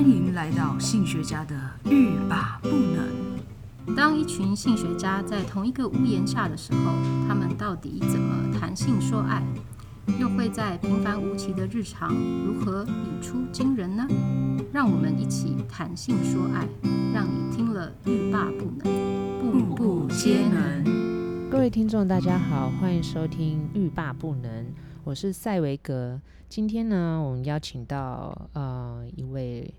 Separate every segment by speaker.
Speaker 1: 迎来到性学家的欲罢不能。
Speaker 2: 当一群性学家在同一个屋檐下的时候，他们到底怎么谈性说爱？又会在平凡无奇的日常如何语出惊人呢？让我们一起谈性说爱，让你听了欲罢不能，步步皆能。
Speaker 3: 各位听众，大家好，欢迎收听《欲罢不能》，我是塞维格。今天呢，我们邀请到呃一位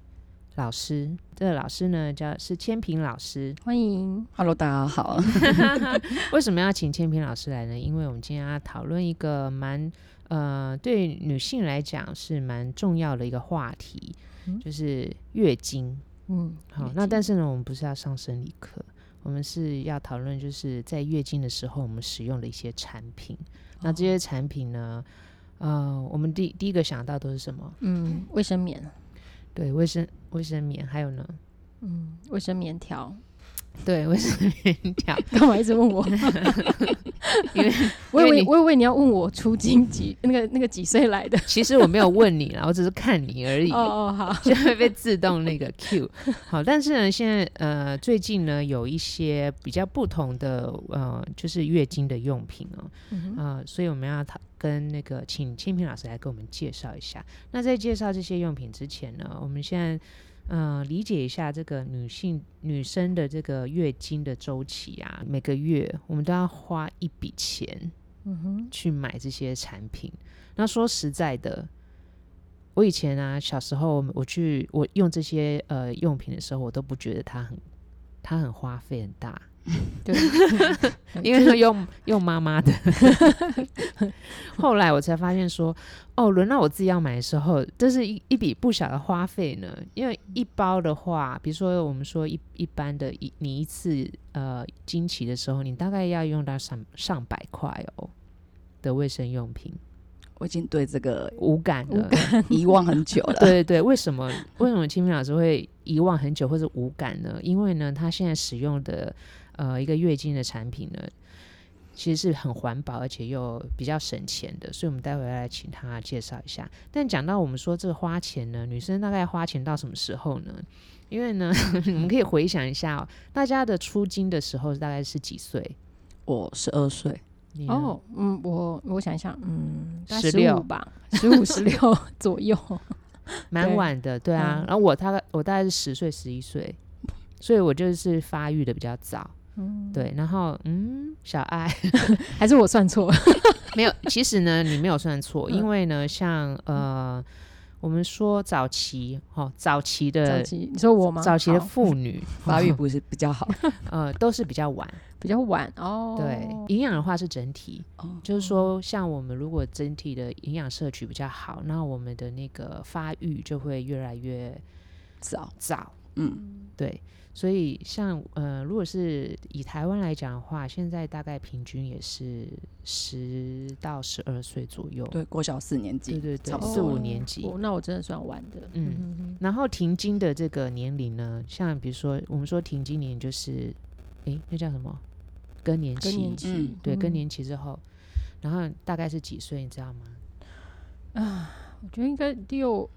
Speaker 3: 老师，这个老师呢叫是千平老师。
Speaker 2: 欢迎，
Speaker 4: Hello，大家好。
Speaker 3: 为什么要请千平老师来呢？因为我们今天要讨论一个蛮呃对女性来讲是蛮重要的一个话题，就是月经。
Speaker 2: 嗯，
Speaker 3: 好，那但是呢，我们不是要上生理课，我们是要讨论就是在月经的时候我们使用的一些产品。那这些产品呢，呃，我们第第一个想到都是什么？
Speaker 2: 嗯，卫生棉，
Speaker 3: 对，卫生卫生棉，还有呢，
Speaker 2: 嗯，卫生棉条，
Speaker 3: 对，卫生 棉条。
Speaker 2: 干嘛一直问 我？
Speaker 3: 因为
Speaker 2: 我以
Speaker 3: 因为
Speaker 2: 为
Speaker 3: 你
Speaker 2: 我以为你要问我出经几那个那个几岁来的？
Speaker 3: 其实我没有问你啦，我只是看你而已。
Speaker 2: 哦哦好，
Speaker 3: 就会被自动那个 Q。好，但是呢，现在呃，最近呢有一些比较不同的呃，就是月经的用品哦，
Speaker 2: 嗯
Speaker 3: 呃，所以我们要讨跟那个请清平老师来给我们介绍一下。那在介绍这些用品之前呢，我们现在。呃，理解一下这个女性女生的这个月经的周期啊，每个月我们都要花一笔钱
Speaker 2: 嗯哼，
Speaker 3: 去买这些产品。那说实在的，我以前啊，小时候我去我用这些呃用品的时候，我都不觉得它很它很花费很大，
Speaker 2: 对，
Speaker 3: 因为用用妈妈的。 后来我才发现说，哦，轮到我自己要买的时候，这是一一笔不小的花费呢。因为一包的话，比如说我们说一一般的一你一次呃经期的时候，你大概要用到上上百块哦的卫生用品，
Speaker 4: 我已经对这个
Speaker 3: 无感
Speaker 2: 无
Speaker 3: 了。
Speaker 4: 遗忘很久 了。
Speaker 3: 对对对，为什么为什么清明老师会遗忘很久或者无感呢？因为呢，他现在使用的呃一个月经的产品呢，其实是很环保而且又比较省钱的，所以我们待会要来请他介绍一下。但讲到我们说这个花钱呢，女生大概花钱到什么时候呢？因为呢， 我们可以回想一下、哦，大家的出经的时候大概是几岁？
Speaker 4: 我十二岁，
Speaker 3: 你呢，
Speaker 2: 哦，嗯，我我想一想，嗯，大概
Speaker 3: 16
Speaker 2: 15吧， 十五十六左右。
Speaker 3: 蛮
Speaker 2: 对
Speaker 3: 晚的，对啊。
Speaker 2: 嗯
Speaker 3: 然后我大概我大概是十岁十一岁，所以我就是发育的比较早。
Speaker 2: 嗯，
Speaker 3: 对，然后嗯，小爱
Speaker 2: 还是我算错了。
Speaker 3: 没有，其实呢，你没有算错，因
Speaker 2: 嗯
Speaker 3: 为呢，像呃，我们说早期哦，早期
Speaker 2: 早
Speaker 3: 的
Speaker 2: 期，你说我吗？
Speaker 3: 早期的
Speaker 2: 好
Speaker 3: 妇女哦
Speaker 4: 发育不是比较好。
Speaker 3: 呃都是比较晚，
Speaker 2: 比较晚哦。
Speaker 3: 对，营养的话是整体，
Speaker 4: 哦，
Speaker 3: 就是说，像我们如果整体的营养摄取比较好，那我们的那个发育就会越来越
Speaker 4: 早，
Speaker 3: 早，
Speaker 4: 嗯，
Speaker 3: 对。所以像呃，如果是以台湾来讲的话，现在大概平均也是十到十二岁左右，
Speaker 4: 对，国小四年
Speaker 3: 对
Speaker 4: 级，
Speaker 3: 对对
Speaker 4: 差，不多
Speaker 3: 四五年级。
Speaker 2: 哦，那我真的算晚的。
Speaker 3: 嗯
Speaker 2: 嗯哼
Speaker 3: 然后停经的这个年龄呢，像比如说我们说停经年就是，诶，那叫什么？更年
Speaker 2: 哼，
Speaker 3: 期。
Speaker 2: 更年期
Speaker 4: 嗯，
Speaker 3: 对，更
Speaker 2: 嗯
Speaker 3: 年期之后，然后大概是几岁，你知道吗？
Speaker 2: 我觉得应该六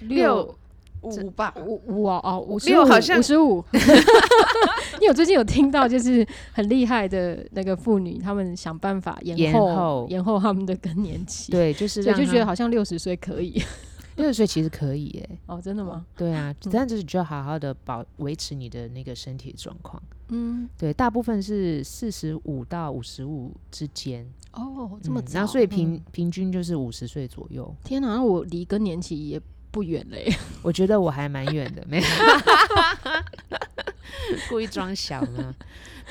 Speaker 3: 六
Speaker 4: 五吧，
Speaker 2: 五五哦哦，五十
Speaker 3: 六
Speaker 2: 五
Speaker 3: 好像
Speaker 2: 五十五。 因为我最近有听到，就是很厉害的那个妇女，她们想办法延
Speaker 3: 延
Speaker 2: 后
Speaker 3: 后
Speaker 2: 延后她们的更年期。，
Speaker 3: 对，就是啊
Speaker 2: 所
Speaker 3: 让
Speaker 2: 以就觉得
Speaker 3: 他
Speaker 2: 好像六十岁可以。
Speaker 3: 六十岁其实可以诶。
Speaker 2: 哦，真的吗？
Speaker 3: 对啊，
Speaker 2: 嗯
Speaker 3: 但就是你就要好好的保维持你的那个身体状况。
Speaker 2: 嗯，
Speaker 3: 对，大部分是四十五到五十五之间，
Speaker 2: 哦，这么
Speaker 3: 嗯
Speaker 2: 早。
Speaker 3: 然后所以平、
Speaker 2: 嗯
Speaker 3: 平均就是五十岁左右。
Speaker 2: 天哪，那我离更年期也不远嘞。
Speaker 3: 我觉得我还蛮远的， 没有故意装小呢。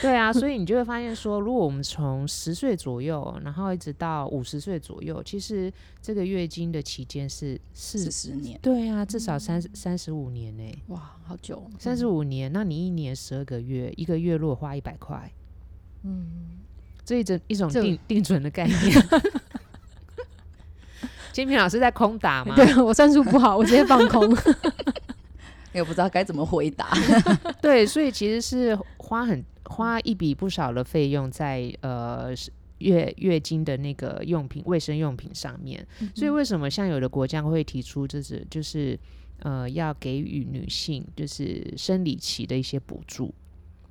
Speaker 3: 对啊，所以你就会发现说，如果我们从十岁左右，然后一直到五十岁左右，其实这个月经的期间是
Speaker 4: 四
Speaker 3: 是，
Speaker 4: 十年，
Speaker 3: 对啊，至少三三十五年呢、
Speaker 2: 哇，好久。
Speaker 3: 三十五年，那你一年十二个月，一个月如果花一百块，
Speaker 2: 嗯，
Speaker 3: 这一种一种
Speaker 2: 这
Speaker 3: 定定存的 概念。金平老师在空打吗？
Speaker 2: 对我算数不好，我直接放 空。
Speaker 4: 也不知道该怎么回答。
Speaker 3: 对，所以其实是花很花一笔不少的费用在呃是月月经的那个
Speaker 2: 嗯
Speaker 3: 用品、卫生用品上面。所以为什么像有的国家会提出，就是就是呃要给予女性就是生理期的一些补助，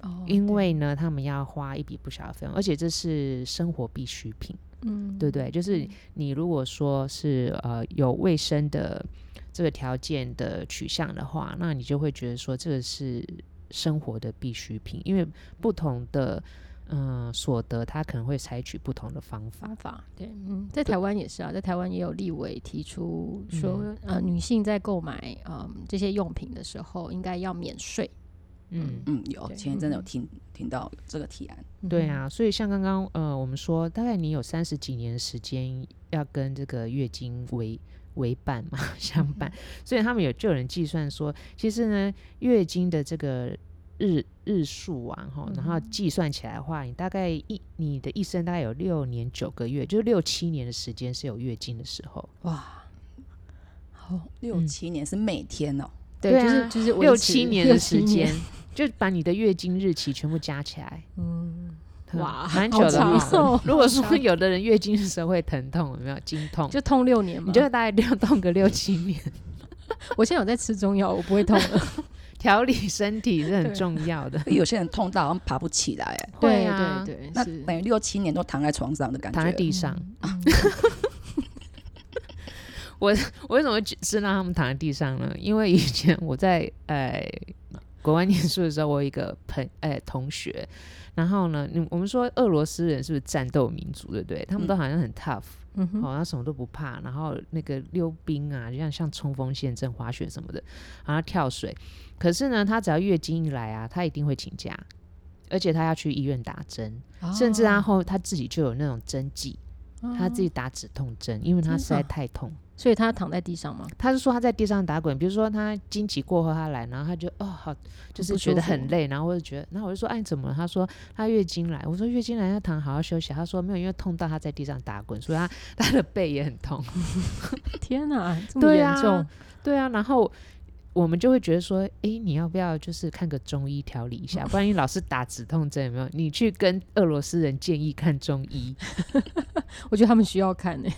Speaker 4: 哦
Speaker 3: 因为呢他们要花一笔不小的费用，而且这是生活必需品。
Speaker 2: 嗯，
Speaker 3: 对不对？就是你如果说是呃有卫生的这个条件的取向的话，那你就会觉得说这个是生活的必需品，因为不同的嗯、呃所得，它可能会采取不同的方法。
Speaker 2: 方法，对，嗯，在台湾也是啊，在台湾也有立委提出
Speaker 3: 嗯
Speaker 2: 说，呃，女性在购买嗯这些用品的时候，应该要免税。
Speaker 3: 嗯，
Speaker 4: 嗯，有
Speaker 2: 对
Speaker 4: 前一阵子有
Speaker 2: 嗯
Speaker 4: 听听到这个提案，
Speaker 3: 对
Speaker 2: 嗯
Speaker 3: 啊，所以像刚刚呃我们说，大概你有三十几年的时间要跟这个月经为为伴嘛 相
Speaker 2: 嗯
Speaker 3: 伴，所以他们有就有人计算说，其实呢月经的这个日日数啊，哈，然
Speaker 2: 嗯
Speaker 3: 后计算起来的话，你大概一你的一生大概有六年九个月，就是六七年的时间是有月经的时候，
Speaker 4: 哇，好六七年是每天哦，
Speaker 2: 对，
Speaker 3: 对
Speaker 2: 就是
Speaker 3: 啊
Speaker 2: 就是维
Speaker 3: 六
Speaker 2: 持
Speaker 3: 七年的
Speaker 2: 六
Speaker 3: 时
Speaker 2: 七
Speaker 3: 间
Speaker 2: 年，
Speaker 3: 就把你的月经日期全部加 起来，
Speaker 2: 嗯，
Speaker 3: 嗯
Speaker 2: 哇
Speaker 3: 蛮久
Speaker 2: 好
Speaker 3: 的
Speaker 2: 长
Speaker 3: 哈
Speaker 2: 哦。
Speaker 3: 如果说有的人月经的时候会疼痛，有没有经痛？
Speaker 2: 就痛六年嘛。
Speaker 3: 你就大概要痛个六七 年，
Speaker 2: 我现在有在吃中药，我不会痛了。
Speaker 3: 调理身体是很
Speaker 2: 对
Speaker 3: 重要 的。
Speaker 4: 有些人痛到好像爬不起来，哎
Speaker 3: 对
Speaker 2: 对
Speaker 3: 啊
Speaker 2: 对对，
Speaker 4: 那
Speaker 2: 是
Speaker 4: 等于六七年都躺在床上的感觉，
Speaker 3: 躺在地上，
Speaker 2: 嗯
Speaker 3: 我为什么会知道他们躺在地上呢？因为以前我在呃国外念书的时候，我有一个朋呃同学，然后呢，你我们说俄罗斯人是不是战斗民族，对不对？他们都好像很 tough，、
Speaker 2: 嗯哼，
Speaker 3: 好，他什么都不怕，然后那个溜冰啊，就像像冲锋陷阵、滑雪什么的，然后跳水。可是呢，他只要月经一来啊，他一定会请假，而且他要去医院打针，甚至他
Speaker 2: 啊，
Speaker 3: 后他自己就有那种针剂，他自己打止痛针，因为他
Speaker 2: 真
Speaker 3: 实在
Speaker 2: 的
Speaker 3: 太痛。
Speaker 2: 哦所以他躺在地上嘛，
Speaker 3: 他是说他在地上打滚，比如说他经期过后他来，然后他就哦好，就是
Speaker 2: 不
Speaker 3: 觉
Speaker 2: 舒
Speaker 3: 得
Speaker 2: 服
Speaker 3: 很累，然后我就觉得，然后我就说哎你怎么了？他说他月经来，我说月经来要躺好好休息，他说没有，因为痛到他在地上打滚，所以他他的背也 很痛。
Speaker 2: 天哪，这么
Speaker 3: 对
Speaker 2: 严
Speaker 3: 啊
Speaker 2: 重，
Speaker 3: 对啊，然后我们就会觉得说，诶，你要不要就是看个中医调理一下？不然你老是打止痛针，有没有？你去跟俄罗斯人建议看中医，
Speaker 2: 我觉得他们需要看呢。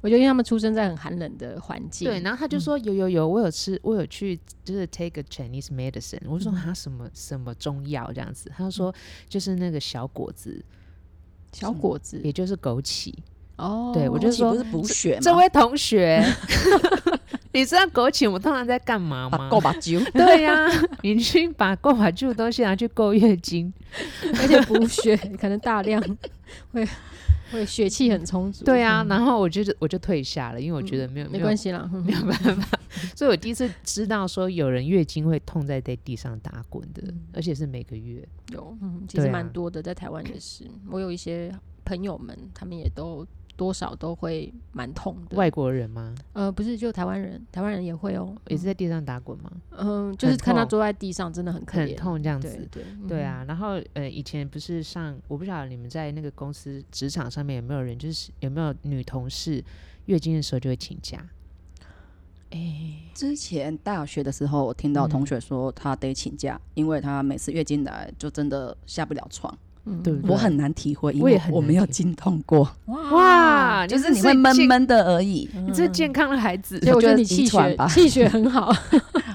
Speaker 2: 我觉得因为他们出生在很寒冷的环境，
Speaker 3: 对，然后他就说有有有，我有吃，我有去就是 take a Chinese medicine，我就说他什么什么中药这样子，他就说就是那个小果子，
Speaker 2: 小果子
Speaker 3: 嗯也就是枸杞。
Speaker 2: 哦，
Speaker 3: 对我就
Speaker 4: 枸杞
Speaker 3: 说
Speaker 4: 哦不是补血
Speaker 3: 这
Speaker 4: 吗？
Speaker 3: 位同学， 你知道枸杞我们通常在干嘛
Speaker 4: 把
Speaker 3: 吗？
Speaker 4: 够把酒
Speaker 3: 对呀、 你去把购买住的东西拿去购月经。
Speaker 2: 而且补血可能大量会会血气很充足，嗯
Speaker 3: 对呀、然后我就是我就退下了，因为我觉得没有、
Speaker 2: 没关
Speaker 3: 系，
Speaker 2: 系啦，嗯
Speaker 3: 没有办法。所以我第一次知道说有人月经会痛在在地上打滚的，而且是每个月。
Speaker 2: 有，嗯，其实
Speaker 3: 对啊
Speaker 2: 蛮多的，在台湾也是，我有一些朋友们，他们也都多少都会蛮痛的，
Speaker 3: 外国人吗？
Speaker 2: 呃，不是，就台湾人，台湾人也会哦，
Speaker 3: 也是在地上打滚吗？
Speaker 2: 嗯，嗯，就是
Speaker 3: 很
Speaker 2: 看他
Speaker 3: 痛
Speaker 2: 坐在地上真的很可
Speaker 3: 很
Speaker 2: 怜，
Speaker 3: 痛这样
Speaker 2: 对
Speaker 3: 子。
Speaker 2: 对
Speaker 3: 对，
Speaker 4: 嗯
Speaker 3: 啊，然后呃，以前不是上，我不晓得你们在那个公司职场上面有没有人，就是有没有女同事月经的时候就会请假，
Speaker 4: 之前大学的时候，我听到同学说他得请假，因为他每次月经来就真的下不了床。
Speaker 2: 嗯
Speaker 3: 对不对？
Speaker 4: 我很难体会，因
Speaker 3: 我也
Speaker 4: 为
Speaker 3: 很
Speaker 4: 我
Speaker 3: 难
Speaker 4: 没有
Speaker 3: 体
Speaker 4: 经痛过，
Speaker 2: 哇，
Speaker 3: 哇，
Speaker 4: 就是
Speaker 3: 这
Speaker 4: 你会闷嗯
Speaker 3: 健，
Speaker 4: 闷的而已。
Speaker 3: 你这是健康的孩子，
Speaker 2: 所以我觉得你
Speaker 4: 我觉得
Speaker 2: 气
Speaker 4: 遗传
Speaker 2: 血
Speaker 4: 吧
Speaker 2: 气血很好，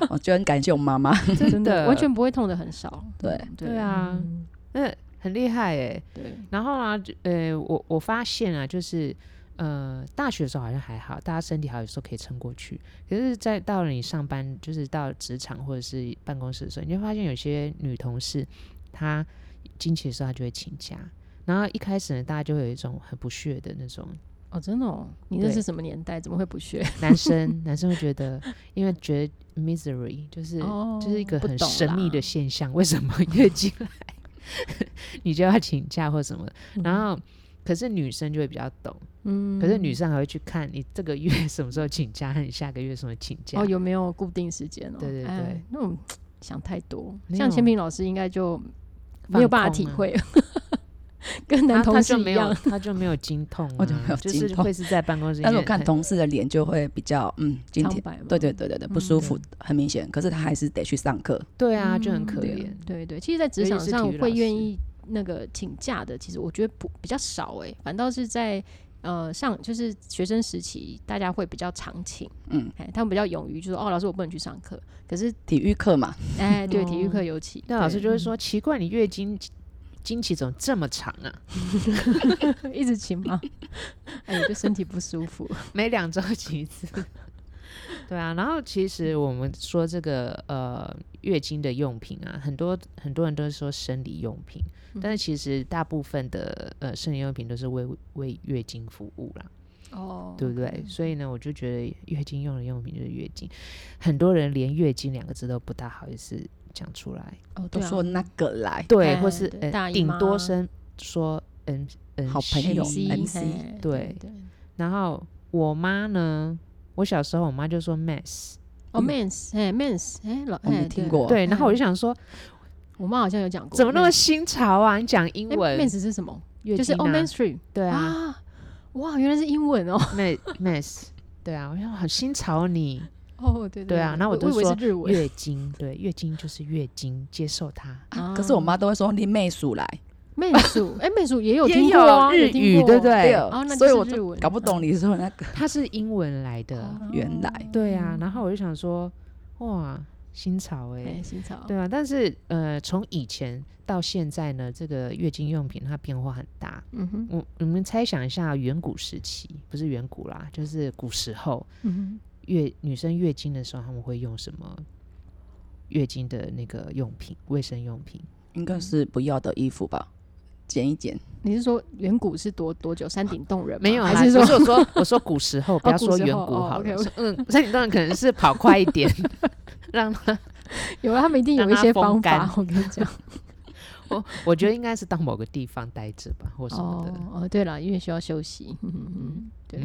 Speaker 4: 我哦就很感谢我妈妈。
Speaker 2: 真
Speaker 3: 的
Speaker 2: 的完全不会痛的很少，
Speaker 4: 对
Speaker 2: 嗯
Speaker 3: 对啊
Speaker 2: 嗯
Speaker 3: 嗯，很厉害哎。
Speaker 2: 对，
Speaker 3: 然后呢，就呃，我我发现啊，就是呃，大学的时候好像还好，大家身体好，有时候可以撑过去。可是，在到了你上班，就是到职场或者是办公室的时候，你就发现有些女同事，她经期的时候她就会请假，然后一开始呢，大家就会有一种很不屑的那种
Speaker 2: 哦，真的哦，你那
Speaker 3: 对
Speaker 2: 是什么年代？怎么会不学？
Speaker 3: 男生，男生会觉得，因为觉得 misery 就是、
Speaker 2: 哦
Speaker 3: 就是一个
Speaker 2: 不
Speaker 3: 很
Speaker 2: 懂
Speaker 3: 神秘
Speaker 2: 啦
Speaker 3: 的现象，为什么月经来 你就要请假或什么？然后，可是女生就会比较懂。
Speaker 2: 嗯，
Speaker 3: 可是女生还会去看你这个月 什么时候请假，和你下个月什么时候请假。
Speaker 2: 哦，有没有固定时间哦？
Speaker 3: 对对
Speaker 2: 哎
Speaker 3: 对，
Speaker 2: 那种想太多，
Speaker 3: 没
Speaker 2: 像
Speaker 3: 有
Speaker 2: 千平老师应该就
Speaker 3: 放
Speaker 2: 没有办法
Speaker 3: 空
Speaker 2: 体
Speaker 3: 啊
Speaker 2: 会， 跟
Speaker 3: 他
Speaker 2: 男
Speaker 3: 他
Speaker 2: 同
Speaker 3: 就
Speaker 2: 事
Speaker 3: 没
Speaker 2: 一
Speaker 3: 有，
Speaker 2: 样。哦
Speaker 3: 他就没有经痛、啊，
Speaker 4: 我就没有经
Speaker 3: 是
Speaker 4: 痛
Speaker 3: 会是在 办公室里面
Speaker 4: 但
Speaker 3: 很。
Speaker 4: 是我看同事的脸就会比较，嗯，今
Speaker 2: 苍
Speaker 4: 天
Speaker 2: 白嘛，
Speaker 4: 对对对对对，不舒服很明显，可是他还是得去上课。
Speaker 3: 对啊，就很可
Speaker 4: 对啊
Speaker 3: 怜。
Speaker 2: 嗯对对，其实，在职
Speaker 3: 尤其
Speaker 2: 场
Speaker 3: 是
Speaker 2: 上
Speaker 3: 体育老
Speaker 2: 会愿
Speaker 3: 师
Speaker 2: 欸意那个请假的，其实我觉得不比较少哎、反倒是在呃上就是学生时期，大家会比较常请，
Speaker 4: 嗯，
Speaker 2: 哎，他们比较勇于就说哦，老师我不能去上课，可是
Speaker 4: 体育课嘛，
Speaker 2: 哎，对
Speaker 3: 哦
Speaker 2: 体育课尤其，
Speaker 3: 那老师
Speaker 2: 嗯
Speaker 3: 就会说：“奇怪，你月经经期怎么这么长啊？
Speaker 2: 对一直请嘛， 哎，就身体不舒 服，
Speaker 3: 每两周几次？” 对啊，然后其实我们说这个呃月经的用品啊，很多很多人都是说生理用品，
Speaker 2: 嗯
Speaker 3: 但是其实大部分的呃生理用品都是为为月经服务啦。
Speaker 2: 哦
Speaker 3: 对不对？所以呢，我就觉得月经用的用品就是月经，很多人连月经两个字都不大好意思讲出来，
Speaker 2: 哦，
Speaker 4: 都
Speaker 2: 对啊
Speaker 4: 说那个来，
Speaker 3: 对，
Speaker 2: 哎
Speaker 3: 或是
Speaker 2: 对大
Speaker 3: 呃
Speaker 2: 姨
Speaker 3: 顶多
Speaker 2: 妈
Speaker 3: 声说嗯嗯
Speaker 4: 好朋友
Speaker 2: MC
Speaker 4: MC
Speaker 2: 哎
Speaker 3: 对
Speaker 2: 对，
Speaker 3: 然后我妈呢，我小时候我妈就说 mess，
Speaker 2: 哦 mens 哎 mens 哎老
Speaker 4: 我
Speaker 2: 哎
Speaker 4: 没
Speaker 2: 对
Speaker 4: 听过，
Speaker 3: 对，然后我就想说
Speaker 2: 嗯我妈好像有讲过，
Speaker 3: 怎么那么新潮啊？你讲英文
Speaker 2: mens 是什么？
Speaker 3: 月
Speaker 2: 哎就是
Speaker 3: 经
Speaker 2: o
Speaker 3: 啊
Speaker 2: m a n s t r e a m
Speaker 3: 对啊
Speaker 2: 啊，哇，原来是英文哦。
Speaker 3: ，mess mess，对啊，我想很新潮你
Speaker 2: 哦，对
Speaker 3: 对啊那我
Speaker 2: 我
Speaker 3: 就
Speaker 2: 以为
Speaker 3: 说
Speaker 2: 是日文。
Speaker 3: 月经，对，月经就是月经，接受它。
Speaker 4: 啊可是我妈都会说你妹数来，
Speaker 2: 媚鼠， 哎，媚鼠也有
Speaker 3: 也
Speaker 2: 听过啊，
Speaker 3: 有
Speaker 2: 有
Speaker 3: 日
Speaker 2: 听
Speaker 3: 语
Speaker 2: 过
Speaker 3: 对
Speaker 2: 啊
Speaker 3: 不对
Speaker 2: 哦那就
Speaker 4: 所以
Speaker 2: 是
Speaker 4: 我
Speaker 2: 日
Speaker 4: 就
Speaker 2: 文
Speaker 4: 搞不懂你说的那个
Speaker 3: 它是英文来的，
Speaker 2: 哦
Speaker 4: 原来
Speaker 3: 对啊，
Speaker 2: 嗯
Speaker 3: 然后我就想说，哇，新潮哎、
Speaker 2: 哎，新潮，
Speaker 3: 对啊，但是呃，从以前到现在呢，这个月经用品它变化很大。
Speaker 2: 嗯哼，
Speaker 3: 我我们猜想一下，远古时期不是远古啦，就是古时候
Speaker 2: 嗯
Speaker 3: 月女生月经的时候，他们会用什么月经的那个用品，卫生用品？
Speaker 4: 应该是不要的衣服吧，剪一剪，
Speaker 2: 哼，你是说远古是多多久？山顶洞人吗
Speaker 3: 没有啦，
Speaker 2: 啊
Speaker 3: 啊
Speaker 2: 还是说
Speaker 3: 不是我说我说古时 候，不要
Speaker 2: 古
Speaker 3: 说
Speaker 2: 时
Speaker 3: 远
Speaker 2: 候
Speaker 3: 古
Speaker 2: 哦
Speaker 3: 好了。
Speaker 2: ，OK，OK
Speaker 3: 嗯， 山顶洞人可能是跑快一点，让他
Speaker 2: 有啊？他们一定有一些方
Speaker 3: 让它
Speaker 2: 法，我跟你讲。
Speaker 3: 我我觉得应该是到某个地方待着吧，或什么的。
Speaker 2: 哦哦，对了，因为需要休息。嗯哼哼对，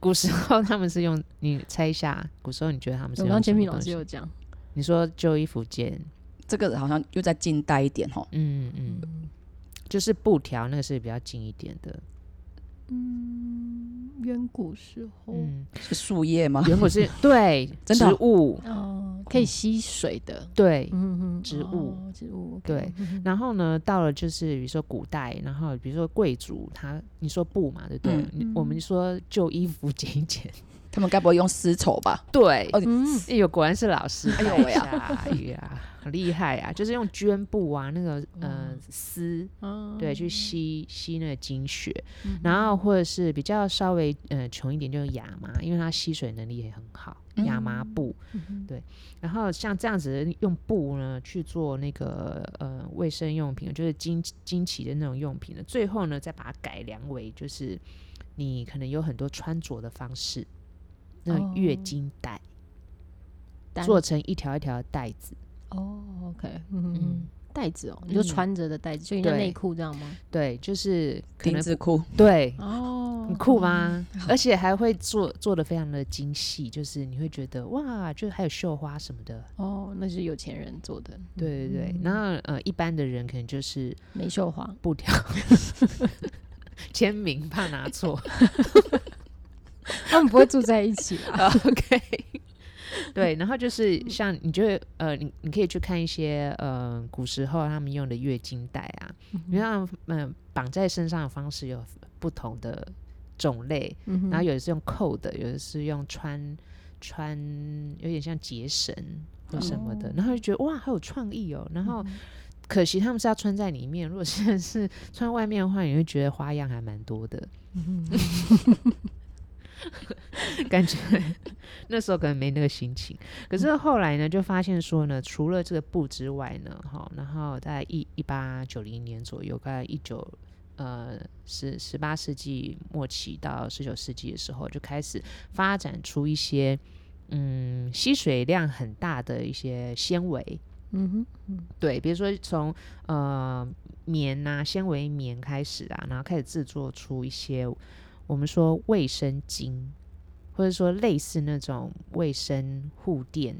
Speaker 3: 古时候他们是用，你猜一下，古时候你觉得他们是
Speaker 2: 我
Speaker 3: 用
Speaker 2: 刚
Speaker 3: 什
Speaker 2: 千
Speaker 3: 么
Speaker 2: 平老
Speaker 3: 东
Speaker 2: 师
Speaker 3: 西
Speaker 2: 有讲，
Speaker 3: 你说旧衣服间，
Speaker 4: 这个好像又在近代一点吼，
Speaker 3: 嗯嗯，就是布条那个是比较近一点的，
Speaker 2: 嗯，远古时候，
Speaker 3: 嗯，
Speaker 4: 是树叶吗？
Speaker 3: 原本 是对
Speaker 4: 哦真
Speaker 3: 植
Speaker 4: 的哦
Speaker 3: 物，嗯
Speaker 2: 哦，可以吸水的，
Speaker 3: 对。
Speaker 2: 嗯哼，
Speaker 3: 植物
Speaker 2: 哦，植物，OK，
Speaker 3: 对
Speaker 2: 嗯哼
Speaker 3: 然后呢，到了就是比如说古代，然后比如说贵族，他你说布嘛，对不对
Speaker 4: 嗯？
Speaker 3: 你我们说旧衣服剪一 剪，
Speaker 4: 他们该不会用丝绸吧？
Speaker 3: 对，
Speaker 4: 哦，
Speaker 2: 嗯，
Speaker 3: 哎呦，果然是老师！
Speaker 4: 哎呦喂
Speaker 3: 呀，哎呀，很厉害啊！就是用绢布啊，那个呃丝，
Speaker 2: 哦嗯
Speaker 3: 对，去吸吸那个经血，然后或者是比较稍微呃穷一点，就是亚麻，因为它吸水能力也很好，亚麻
Speaker 2: 嗯
Speaker 3: 布，对。然后像这样子用布呢去做那个呃卫生用品，就是经经期的那种用品呢，最后呢再把它改良为就是你可能有很多穿着的方式，那种月
Speaker 2: 哦
Speaker 3: 经带。
Speaker 2: 单
Speaker 3: 做成一条一条的带子。
Speaker 2: 哦，OK，嗯
Speaker 3: 嗯
Speaker 2: 嗯，袋子哦，你就
Speaker 3: 嗯
Speaker 2: 穿着的袋子，就像
Speaker 3: 对嗯
Speaker 2: 内裤这样吗？
Speaker 3: 对，就是可
Speaker 4: 丁
Speaker 3: 能
Speaker 4: 字裤，
Speaker 3: 对，
Speaker 2: 哦，
Speaker 3: 很酷吗？而且还会做做的非常的精细，就是你会觉得哇，就是还有绣花什么的。
Speaker 2: 哦，那是有钱人做的
Speaker 3: 对对对，然后呃，一般的人可能就是
Speaker 2: 玫绣花，
Speaker 3: 布条签名，怕拿错。
Speaker 2: 他们不会住在一起啦。
Speaker 3: OK，对，然后就是像你就会呃，你你可以去看一些呃古时候他们用的月经带啊，因为他们嗯绑在身上的方式有不同的种类，
Speaker 2: 嗯哼
Speaker 3: 然后有的是用扣的，有的是用穿穿，有点像结绳或什么的，然后就觉得哇，好有创意哦。然后可惜他们是要穿在里面，如果现在是穿外面的话，你会觉得花样还蛮多的。感觉那时候可能没那个心情，可是后来呢，就发现说呢，除了这个布之外呢，哈，然后在一一八九零年左右，大概一九呃十十八世纪末期到十九世纪的时候，就开始发展出一些嗯吸水量很大的一些纤维，
Speaker 2: 嗯哼，
Speaker 3: 对，比如说从呃棉呐、纤维棉开始啊，然后开始制作出一些我们说卫生巾，或者说类似那种卫生护垫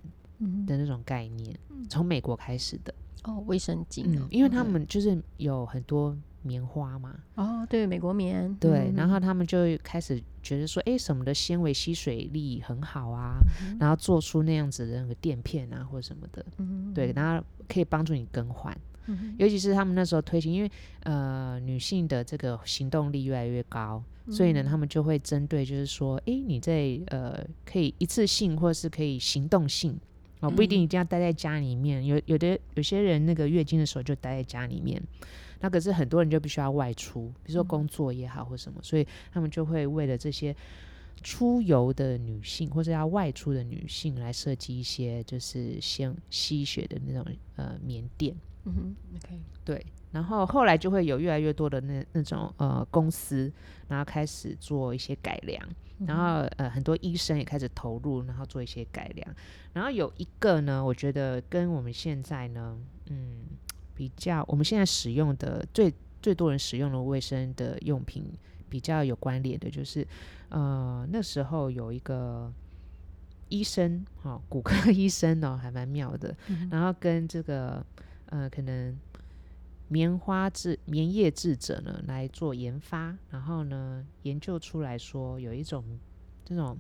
Speaker 3: 的那种概念，从美国开始的。
Speaker 2: 嗯哦，卫生巾
Speaker 3: 嗯
Speaker 2: 哦，，
Speaker 3: 因为他
Speaker 2: OK
Speaker 3: 们就是有很多棉花嘛，
Speaker 2: 哦，对，美国棉，
Speaker 3: 对，
Speaker 2: 嗯
Speaker 3: 然后他们就开始觉得说，诶，什么的纤维吸水力很好啊，然
Speaker 2: 嗯
Speaker 3: 后做出那样子的那个垫片啊或什么的，对，然后可以帮助你更换。尤其是他们那时候推行，因为呃女性的这个行动力越来越高，所
Speaker 2: 嗯
Speaker 3: 以呢，他们就会针对就是说，诶、你在呃可以一次性或是可以行动性。哦，不一定一定要待在家里面，有有的有些人那个月经的时候就待在家里面，那可是很多人就必须要外出，比如说工作也好或什么，所以他们就会为了这些出游的女性或者要外出的女性来设计一些就是先吸血的那种呃棉垫，
Speaker 2: 嗯哼，OK，
Speaker 3: 对，然后后来就会有越来越多的那那种呃公司，然后开始做一些改良，
Speaker 2: 嗯
Speaker 3: 然后呃很多医生也开始投入，然后做一些改良。然后有一个呢，我觉得跟我们现在呢，嗯，比较我们现在使用的最最多人使用的卫生的用品比较有关联的，就是呃那时候有一个。医生，哦，骨科医生哦，还蛮妙的。然后跟这个呃，可能棉花制棉叶制者呢来做研发，然后呢研究出来说有一种这种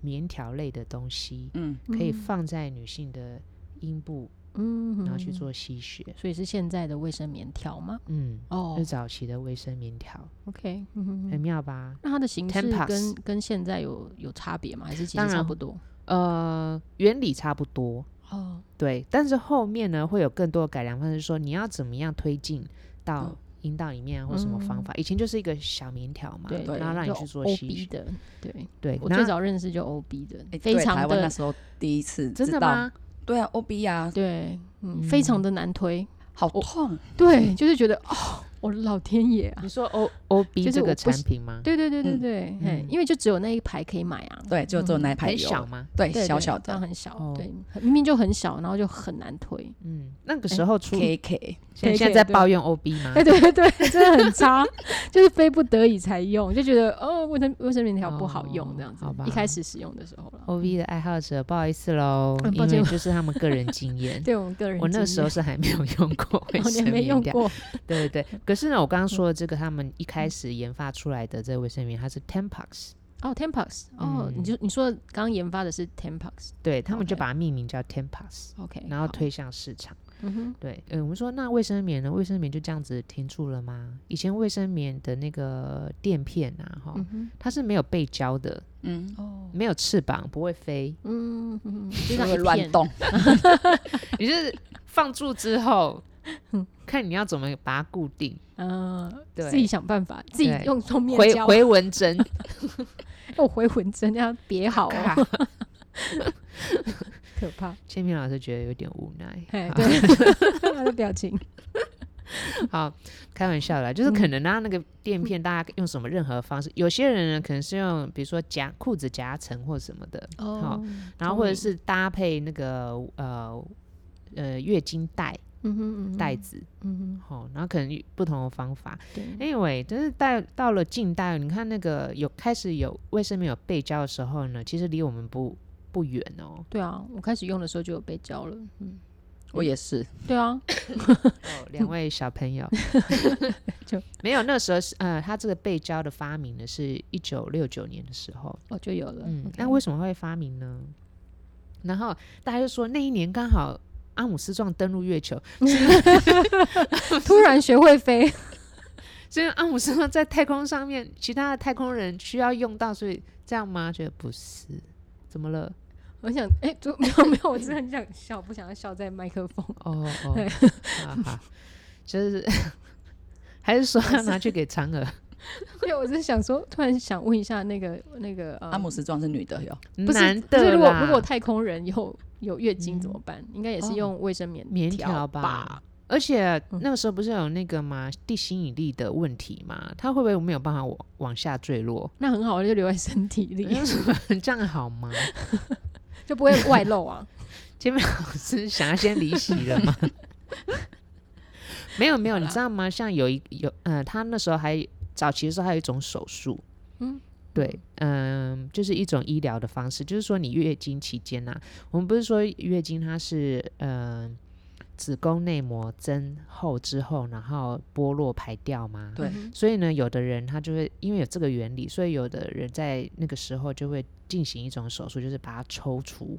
Speaker 3: 棉条类的东西
Speaker 4: 嗯，
Speaker 3: 可以
Speaker 2: 嗯
Speaker 3: 放在女性的阴部，
Speaker 2: 嗯，
Speaker 3: 然后去，做吸血。
Speaker 2: 所以是现在的卫生棉条吗？
Speaker 3: 嗯，
Speaker 2: 哦
Speaker 3: 是早期的卫生棉条，
Speaker 2: ，OK，嗯哼
Speaker 3: 很
Speaker 2: 哼
Speaker 3: 妙吧？
Speaker 2: 那它的形式
Speaker 3: Tempas
Speaker 2: 跟跟现在有有差别吗？还是其
Speaker 3: 当
Speaker 2: 实
Speaker 3: 然
Speaker 2: 差不多？
Speaker 3: 呃，原理差不多，
Speaker 2: 哦，
Speaker 3: 对，但是后面呢会有更多的改良方式，说你要怎么样推进
Speaker 2: 嗯
Speaker 3: 到阴道里面啊，或什么方法。以前就是一个小棉条嘛，
Speaker 2: 对，
Speaker 3: 然后啊让你
Speaker 2: 就
Speaker 3: 去做
Speaker 2: O
Speaker 3: 吸
Speaker 2: B
Speaker 3: 血。
Speaker 2: 的，对
Speaker 3: 对，
Speaker 2: 我
Speaker 3: 那
Speaker 2: 最早认识就 O B 的
Speaker 4: 诶，
Speaker 2: 非
Speaker 4: 对
Speaker 2: 常
Speaker 4: 台湾那
Speaker 2: 的
Speaker 4: 时候第一次
Speaker 3: 真
Speaker 4: 知
Speaker 3: 的
Speaker 4: 道，
Speaker 3: 吗？
Speaker 4: 对啊，O B 啊，
Speaker 2: 对，嗯，非常的难推，
Speaker 4: 好痛，
Speaker 2: 对，就是觉得哦，我的老天爷啊！
Speaker 3: 你说 O O B
Speaker 2: 就是
Speaker 3: 这
Speaker 2: 我
Speaker 3: 个
Speaker 2: 不
Speaker 3: 产
Speaker 2: 喜
Speaker 3: 品吗？
Speaker 2: 对对对对
Speaker 4: 嗯
Speaker 2: 对，嘿
Speaker 3: 嗯
Speaker 2: 因为就只有那一排可以买啊，
Speaker 4: 对，就只有那一排
Speaker 3: 很
Speaker 4: 有，
Speaker 3: 小吗？
Speaker 4: 对，
Speaker 2: 对
Speaker 4: 小
Speaker 2: 对
Speaker 4: 小
Speaker 2: 这样
Speaker 4: 的
Speaker 2: 很小，
Speaker 3: 哦
Speaker 2: 对，很明明就很小，然后就很难推，
Speaker 3: 嗯，那
Speaker 2: 哎
Speaker 3: 个时候出，
Speaker 4: K K，
Speaker 3: 现在
Speaker 2: KK
Speaker 3: 现在在
Speaker 2: 对
Speaker 3: 抱怨 O B 吗
Speaker 2: 哎，？对对，真的很差， 就是非不得已才用，就觉得哦，卫生卫生棉条不好用这样子
Speaker 3: 哦好吧，
Speaker 2: 一开始使用的时候了，
Speaker 3: O V 的爱好者，不好意思喽，
Speaker 2: 嗯
Speaker 3: 因
Speaker 2: 抱歉
Speaker 3: 为就是他们个人经验。
Speaker 2: 对我们个人经验，
Speaker 3: 我那时候是还没有用过 卫
Speaker 2: 哦你
Speaker 3: 生
Speaker 2: 还没
Speaker 3: 棉
Speaker 2: 用
Speaker 3: 条，
Speaker 2: 过，
Speaker 3: 对对
Speaker 2: 嗯
Speaker 3: 对。可是呢，我刚刚说的这个，他们一开始研发出来的这个卫生棉，它是 Tempax，
Speaker 2: 哦，Tempox，哦，
Speaker 3: 嗯
Speaker 2: 你就你说刚刚研发的是 Tempox，OK，、
Speaker 3: 对他们就
Speaker 2: OK
Speaker 3: 把它命名叫 Tempax，然后
Speaker 2: 好，
Speaker 3: 推向市场。
Speaker 2: 嗯哼，
Speaker 3: 对，嗯，我们说那卫生棉呢？卫生棉就这样子停住了吗？以前卫生棉的那个垫片啊，哈，
Speaker 2: 嗯哼，
Speaker 3: 它是没有背胶的，
Speaker 4: 嗯，
Speaker 2: 哦，，
Speaker 3: 没有翅膀，不会飞
Speaker 2: 嗯，嗯嗯
Speaker 4: 就
Speaker 2: 就这样
Speaker 4: 会
Speaker 2: 一
Speaker 4: 乱
Speaker 2: 片，
Speaker 4: 动，
Speaker 3: 你就是放住之 后，看你要怎么把它固定，
Speaker 2: 嗯，
Speaker 3: 对
Speaker 2: 自己想办法，自己
Speaker 3: 对
Speaker 2: 用用面
Speaker 3: 回
Speaker 2: 胶，
Speaker 3: 回纹针，
Speaker 2: 用回魂针这样别 好哦，
Speaker 3: 咔
Speaker 2: 可怕，
Speaker 3: 千平老师觉得有点无奈，
Speaker 2: 哎，
Speaker 3: 好
Speaker 2: 对，他的表情，
Speaker 3: 好，开玩笑啦，
Speaker 2: 嗯
Speaker 3: 就是可能他那个垫片，大家用什么任何方式，有些人呢可能是用比如说夹裤子夹层或什么的，
Speaker 2: 哦
Speaker 3: 好，然后或者是搭配那个呃呃月经带
Speaker 2: 嗯哼，嗯哼
Speaker 3: 带，子，
Speaker 2: 嗯
Speaker 3: 好、然后可能不同的方法。
Speaker 2: 哼，对，
Speaker 3: Anyway，就是到到了近代，你看那个有开始有卫生棉有背胶的时候呢，其实离我们不不远哦。
Speaker 2: 对啊，我开始用的时候就有被教了，嗯，
Speaker 4: 我也是，
Speaker 2: 对啊，
Speaker 3: 哦，两位小朋友
Speaker 2: 就
Speaker 3: 没有那时候是呃，它这个背胶的发明呢是一九六九年的时候。
Speaker 2: 我就有了，
Speaker 3: 嗯
Speaker 2: OK，
Speaker 3: 那为什么会发明呢？然后大家就说那一年刚好阿姆斯壮登陆月球，
Speaker 2: 突然学会飞，
Speaker 3: 所以阿姆斯壮在太空上面，其他的太空人需要用到，所以这样吗？觉得不是，怎么了？
Speaker 2: 我想，哎，就 没有没有，我真的很想笑，不想要笑在麦克风。
Speaker 3: 哦哦
Speaker 2: 对，
Speaker 3: 啊好，就是 还是说要拿去给嫦娥？
Speaker 2: 对，我是想说，突然想问一下那个那个、呃、
Speaker 4: 阿姆斯壮是女的哟，
Speaker 2: 不是
Speaker 3: 难
Speaker 2: 不是
Speaker 3: 得
Speaker 2: 如果
Speaker 3: 啦嗯哦
Speaker 2: 如果太空人有有月经怎么办？应该也是用卫生棉
Speaker 3: 棉
Speaker 2: 条
Speaker 3: 条
Speaker 2: 吧？嗯
Speaker 3: 吧。而且那个时候不是有那个嘛地心引力的问题嘛，它会不会没有办法往往下坠落？
Speaker 2: 那很好，就留在身体里，
Speaker 3: 嗯这样好吗？
Speaker 2: 就不会外露 啊。
Speaker 3: 前面老师想要先离席了吗？ 没有没有，
Speaker 2: 好啦
Speaker 3: 你知道吗？像有一有呃，他那时候还早期的时候还有一种手术，
Speaker 2: 嗯，
Speaker 3: 对，嗯、就是一种医疗的方式，就是说你月经期间呐、我们不是说月经它是嗯、呃子宫内膜增厚之后，然后剥落排掉吗？
Speaker 4: 对
Speaker 2: 嗯
Speaker 3: 所以呢，有的人他就会因为有这个原理，所以有的人在那个时候就会进行一种手术，就是把它抽出。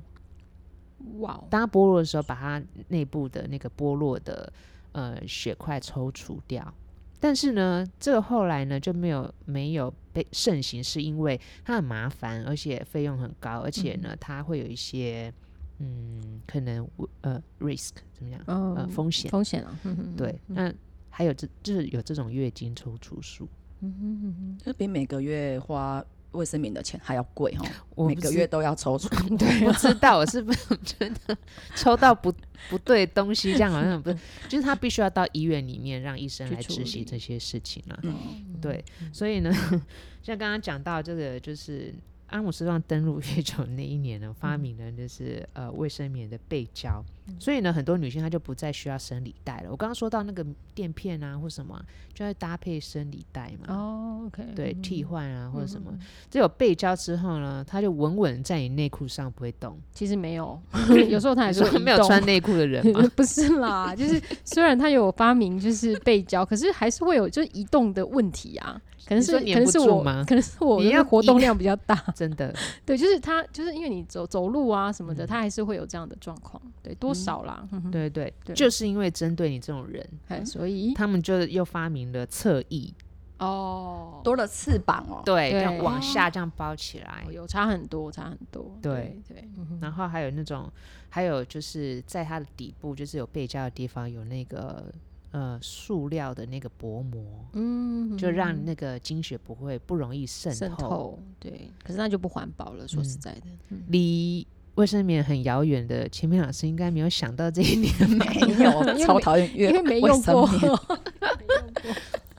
Speaker 2: 哼，哇哦，
Speaker 3: 当它剥落的时候，把它内部的那个剥落的呃血块抽除掉。但是呢，这个后来呢就没有没有被盛行，是因为它很麻烦，而且费用很高，而且
Speaker 2: 嗯
Speaker 3: 呢，它会有一些嗯，可能呃 risk 怎么样？呃，
Speaker 2: 哦，
Speaker 3: 风险。
Speaker 2: 风险啊，嗯哼
Speaker 3: 对，那还有这就是有这种月经抽搐术，
Speaker 2: 嗯
Speaker 4: 就比每个月花卫生棉的钱还要贵哈，
Speaker 3: 我
Speaker 4: 每
Speaker 3: 不
Speaker 4: 个
Speaker 3: 知
Speaker 4: 月都要抽 出。
Speaker 3: 我不知道，我是 不我觉得抽到不不对的东西，这样好像很不，就是他必须要到医院里面让医生
Speaker 2: 去
Speaker 3: 来
Speaker 2: 处
Speaker 3: 执行
Speaker 2: 理
Speaker 3: 这些事情啦、
Speaker 4: 嗯
Speaker 3: 对，所以呢， 像刚刚讲到这个，就是阿姆斯壮登陆月球那一年呢，发明了就是呃卫生棉的背胶，
Speaker 2: 嗯
Speaker 3: 所以呢，很多女性她就不再需要生理带了。我刚刚说到那个垫片啊或什么啊，就要搭配生理带嘛。
Speaker 2: 哦，OK，
Speaker 3: 对，
Speaker 2: 嗯
Speaker 3: 替换啊或者什么，只有背胶之后呢，它就稳稳在你内裤上不会动。
Speaker 2: 其实没 有，有时候他还
Speaker 3: 你
Speaker 2: 是会
Speaker 3: 说
Speaker 2: 移
Speaker 3: 没有
Speaker 2: 动
Speaker 3: 穿内裤的人吗？
Speaker 2: 不是啦，就是虽然他有发明就是背胶，可是还是会有就是移动的问题啊。 可能
Speaker 3: 你
Speaker 2: 是
Speaker 3: 说
Speaker 2: 可
Speaker 3: 粘
Speaker 2: 能
Speaker 3: 不
Speaker 2: 是
Speaker 3: 住
Speaker 2: 我嗯
Speaker 3: 吗
Speaker 2: 可能是我
Speaker 3: 你
Speaker 2: 就是
Speaker 3: 要
Speaker 2: 活
Speaker 3: 移
Speaker 2: 动量比较 大，
Speaker 3: 真 的，
Speaker 2: 对，就是他就是因为你走走路啊什么
Speaker 3: 嗯
Speaker 2: 的，他还是会有这样的状况，对，多少啦，嗯
Speaker 3: 对对
Speaker 2: 对
Speaker 3: 就是因为针对你这种人，
Speaker 2: 哎，所以
Speaker 3: 他们就又发明了侧翼，
Speaker 2: 哦，
Speaker 4: 多了翅膀哦，
Speaker 3: 对，这样
Speaker 2: 对哦嗯
Speaker 3: 往下这样包起来，
Speaker 2: 有差很多，差很多，
Speaker 3: 对
Speaker 2: 对，
Speaker 3: 然后还有那种，还有就是在它的底部，就是有背胶的地方有那个呃塑料的那个薄膜，
Speaker 2: 嗯，
Speaker 3: 就让那个经血不会不容易渗嗯
Speaker 2: 渗透，对，可是那就不环保了，说实在的，
Speaker 3: 离卫生棉很遥远的，前面老师应该没有想到这一点。
Speaker 4: 没有，
Speaker 2: 因为
Speaker 4: 超
Speaker 2: 没
Speaker 4: 讨厌月
Speaker 2: 因为没用过，
Speaker 4: 卫生棉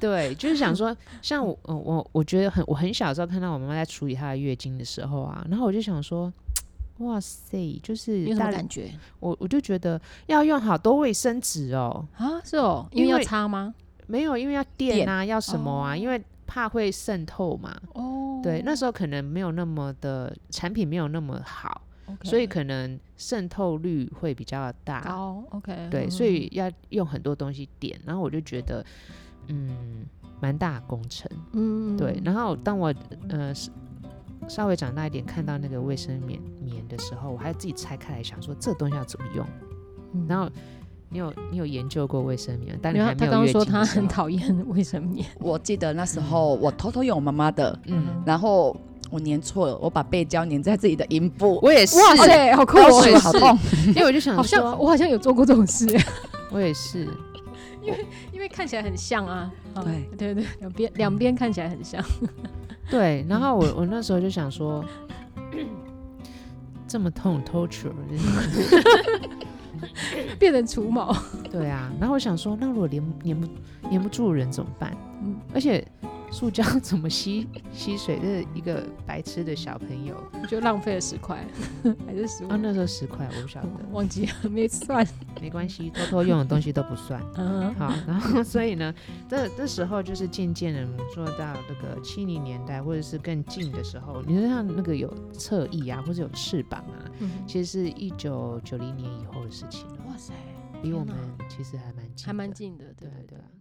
Speaker 3: 对，就是想说，像我，呃我我觉得很，我很小的时候看到我妈妈在处理她的月经的时候啊，然后我就想说，哇塞，就是
Speaker 2: 你有什
Speaker 3: 大
Speaker 2: 么
Speaker 3: 人
Speaker 2: 感觉
Speaker 3: 我我就觉得要用好多卫生纸哦，
Speaker 2: 啊？是哦，因为
Speaker 3: 因
Speaker 2: 要
Speaker 3: 为
Speaker 2: 擦吗？
Speaker 3: 没有，因为要
Speaker 4: 垫
Speaker 3: 垫啊，要什么啊，因为怕会渗透嘛。
Speaker 2: 哦，
Speaker 3: 对，那时候可能没有那么的产品没有那么好，
Speaker 2: OK
Speaker 3: 所以可能渗透率会比较大。
Speaker 2: 高，OK，
Speaker 3: 对，
Speaker 2: 嗯
Speaker 3: 所以要用很多东西点，然后我就觉得，嗯，蛮大的工程。
Speaker 2: 嗯，
Speaker 3: 对，然后当我呃是稍微长大一点，看到那个卫生棉棉的时候，我还自己拆开来想说这个东西要怎么用。
Speaker 2: 嗯
Speaker 3: 然后你有你有研究过卫生棉？但你
Speaker 2: 然
Speaker 3: 还
Speaker 2: 后啊他
Speaker 3: 没有
Speaker 2: 刚刚
Speaker 3: 月
Speaker 2: 说
Speaker 3: 经
Speaker 2: 他
Speaker 3: 的时
Speaker 2: 很
Speaker 3: 候
Speaker 2: 讨厌卫生棉，
Speaker 4: 我记得那时候我偷偷用我妈妈的，
Speaker 3: 嗯，
Speaker 4: 然后我粘错了，我把背胶粘在自己的阴部，
Speaker 3: 我也是，
Speaker 2: 哇塞，好酷
Speaker 4: 高
Speaker 2: 哦！
Speaker 3: 我也
Speaker 4: 数好
Speaker 3: 是
Speaker 4: 痛。
Speaker 3: 因为我就想
Speaker 2: 好像
Speaker 3: 嗯说，
Speaker 2: 我好像有做过这种事，
Speaker 3: 我也是，
Speaker 2: 因为看起来很像啊。啊
Speaker 4: 对
Speaker 2: 对对，两边两边看起来很像。
Speaker 3: 对。然后我我那时候就想说， 这么痛 torture，就是
Speaker 2: 变成除毛。
Speaker 3: 对啊。然后我想说，那如果粘粘不粘不住人怎么办？
Speaker 2: 嗯
Speaker 3: 而且塑胶 怎么吸吸水？这是一个白痴的小朋友。
Speaker 2: 就浪费了十块， 还是十五
Speaker 3: 啊，？那时候十块，我不晓得，
Speaker 2: 忘记了，没算。
Speaker 3: 没关系，偷偷用的东西都不 算。
Speaker 2: 嗯，
Speaker 3: 好，然后所以呢，这这时候就是渐渐的，你说到那个七零年代或者是更近的时候，你说像那个有侧翼啊，或者有翅膀啊，
Speaker 2: 嗯
Speaker 3: 其实是一九九零年以后的事情了，
Speaker 2: 哇塞，
Speaker 3: 离我
Speaker 2: 天
Speaker 3: 们
Speaker 2: 哪
Speaker 3: 其实还蛮近的，
Speaker 2: 还蛮近的，对
Speaker 3: 对
Speaker 2: 对
Speaker 3: 啊，对
Speaker 2: 对嗯
Speaker 3: 啊。